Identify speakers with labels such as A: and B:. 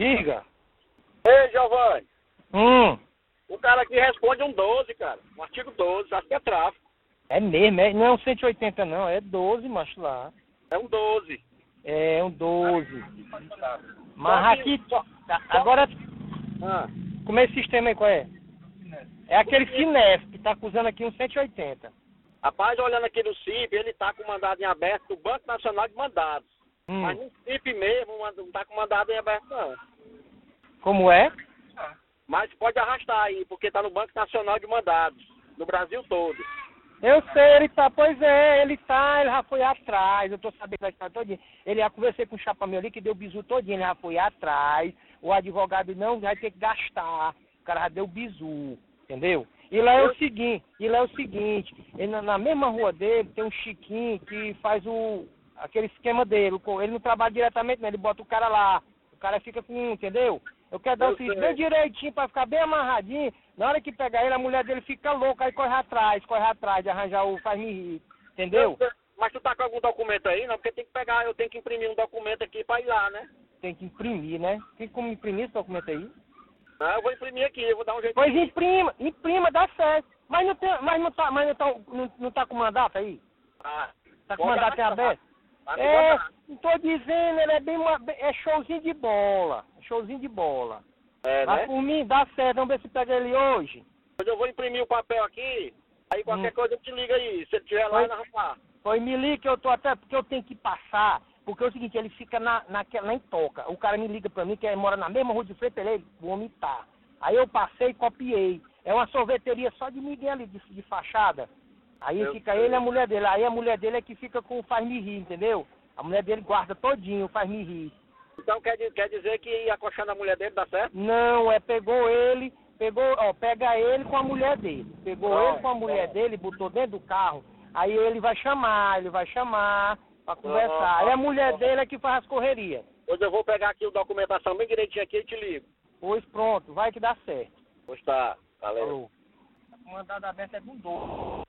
A: Diga.
B: Ei, Giovanni,
A: Hum.
B: o cara aqui responde um 12, cara. Um artigo 12, acho que é tráfico.
A: É mesmo, é, não é um 180 não, é 12, macho lá.
B: É um 12.
A: É um 12. Mas
B: Só
A: aqui, Tá,
B: que- só-
A: agora,
B: Ah,
A: como é esse sistema aí qual é? É aquele Finesp, que tá acusando aqui um 180.
B: rapaz, olhando aqui no CIP, ele tá com mandado em aberto do Banco Nacional de Mandados.
A: Hum.
B: Mas no CIP mesmo, mand- não tá com mandado em aberto, não.
A: Como é?
B: Mas pode arrastar aí, porque tá no Banco Nacional de Mandados, no Brasil todo.
A: Eu sei, ele tá, pois é, ele tá, ele já foi atrás, eu tô sabendo da história todinha. Ele já conversei com o chapa meu ali que deu bizu todinho, ele já foi atrás, o advogado não vai ter que gastar, o cara já deu bizu, entendeu? E lá é o seguinte, e lá é o seguinte, ele na, na mesma rua dele tem um Chiquinho que faz o aquele esquema dele, o co- ele não trabalha diretamente, né? Ele bota o cara lá, o cara fica com, um, entendeu? Eu quero dar
B: Eu
A: o seguinte,
B: sei.
A: bem direitinho pra ficar bem amarradinho. Na hora que pegar ele, a mulher dele fica louca, aí corre atrás, corre atrás de arranjar o faz-me rir, entendeu?
B: Mas tu tá com algum documento aí? Não, porque tem que pegar, eu tenho que imprimir um documento aqui pra ir lá, né?
A: Tem que imprimir, né? Tem como imprimir esse documento aí?
B: Ah, eu vou imprimir aqui, eu vou dar um jeito.
A: Pois imprima, imprima, dá certo. Mas não tem, mas não tá, mas não tá, não, não tá com mandato aí?
B: Ah,
A: Tá com
B: pode
A: mandato em
B: arrastar.
A: aberto?
B: Tá com
A: É,
B: mandato.
A: não tô dizendo, ele é bem, ma- bem- é showzinho de bola, showzinho de bola.
B: É,
A: Mas
B: né?
A: por mim, dá certo, vamos ver se pega ele hoje.
B: Mas eu vou imprimir o papel aqui, aí qualquer
A: Hum.
B: coisa eu te liga aí. Se ele tiver lá,
A: Pois-
B: nós vamos lá.
A: Foi Então, me liga que eu tô até porque eu tenho que passar. Porque é o seguinte, ele fica na, naquela, nem toca. O cara me liga pra mim que ele mora na mesma rua de frente, ele vomitar. Aí eu passei e copiei. É uma sorveteria só de Miguel ali, de, de fachada. Aí
B: Eu
A: fica
B: sei.
A: ele e a mulher dele. Aí a mulher dele é que fica com o faz-me rir, entendeu? A mulher dele guarda todinho, o faz-me rir.
B: Então quer, di- quer dizer que acochando a mulher dele dá certo?
A: Não, é pegou ele, pegou, ó, pega ele com a mulher dele. Pegou
B: Pronto,
A: ele com a mulher
B: pronto.
A: dele, botou dentro do carro. Aí ele vai chamar, ele vai chamar pra conversar.
B: Pronto,
A: Aí a mulher
B: pronto.
A: dele é que faz as correrias.
B: Pois eu vou pegar aqui o documentação bem direitinho aqui e te ligo.
A: Pois pronto, vai que dá certo.
B: Pois tá, valeu.
A: Falou. Mandado aberto é com dor.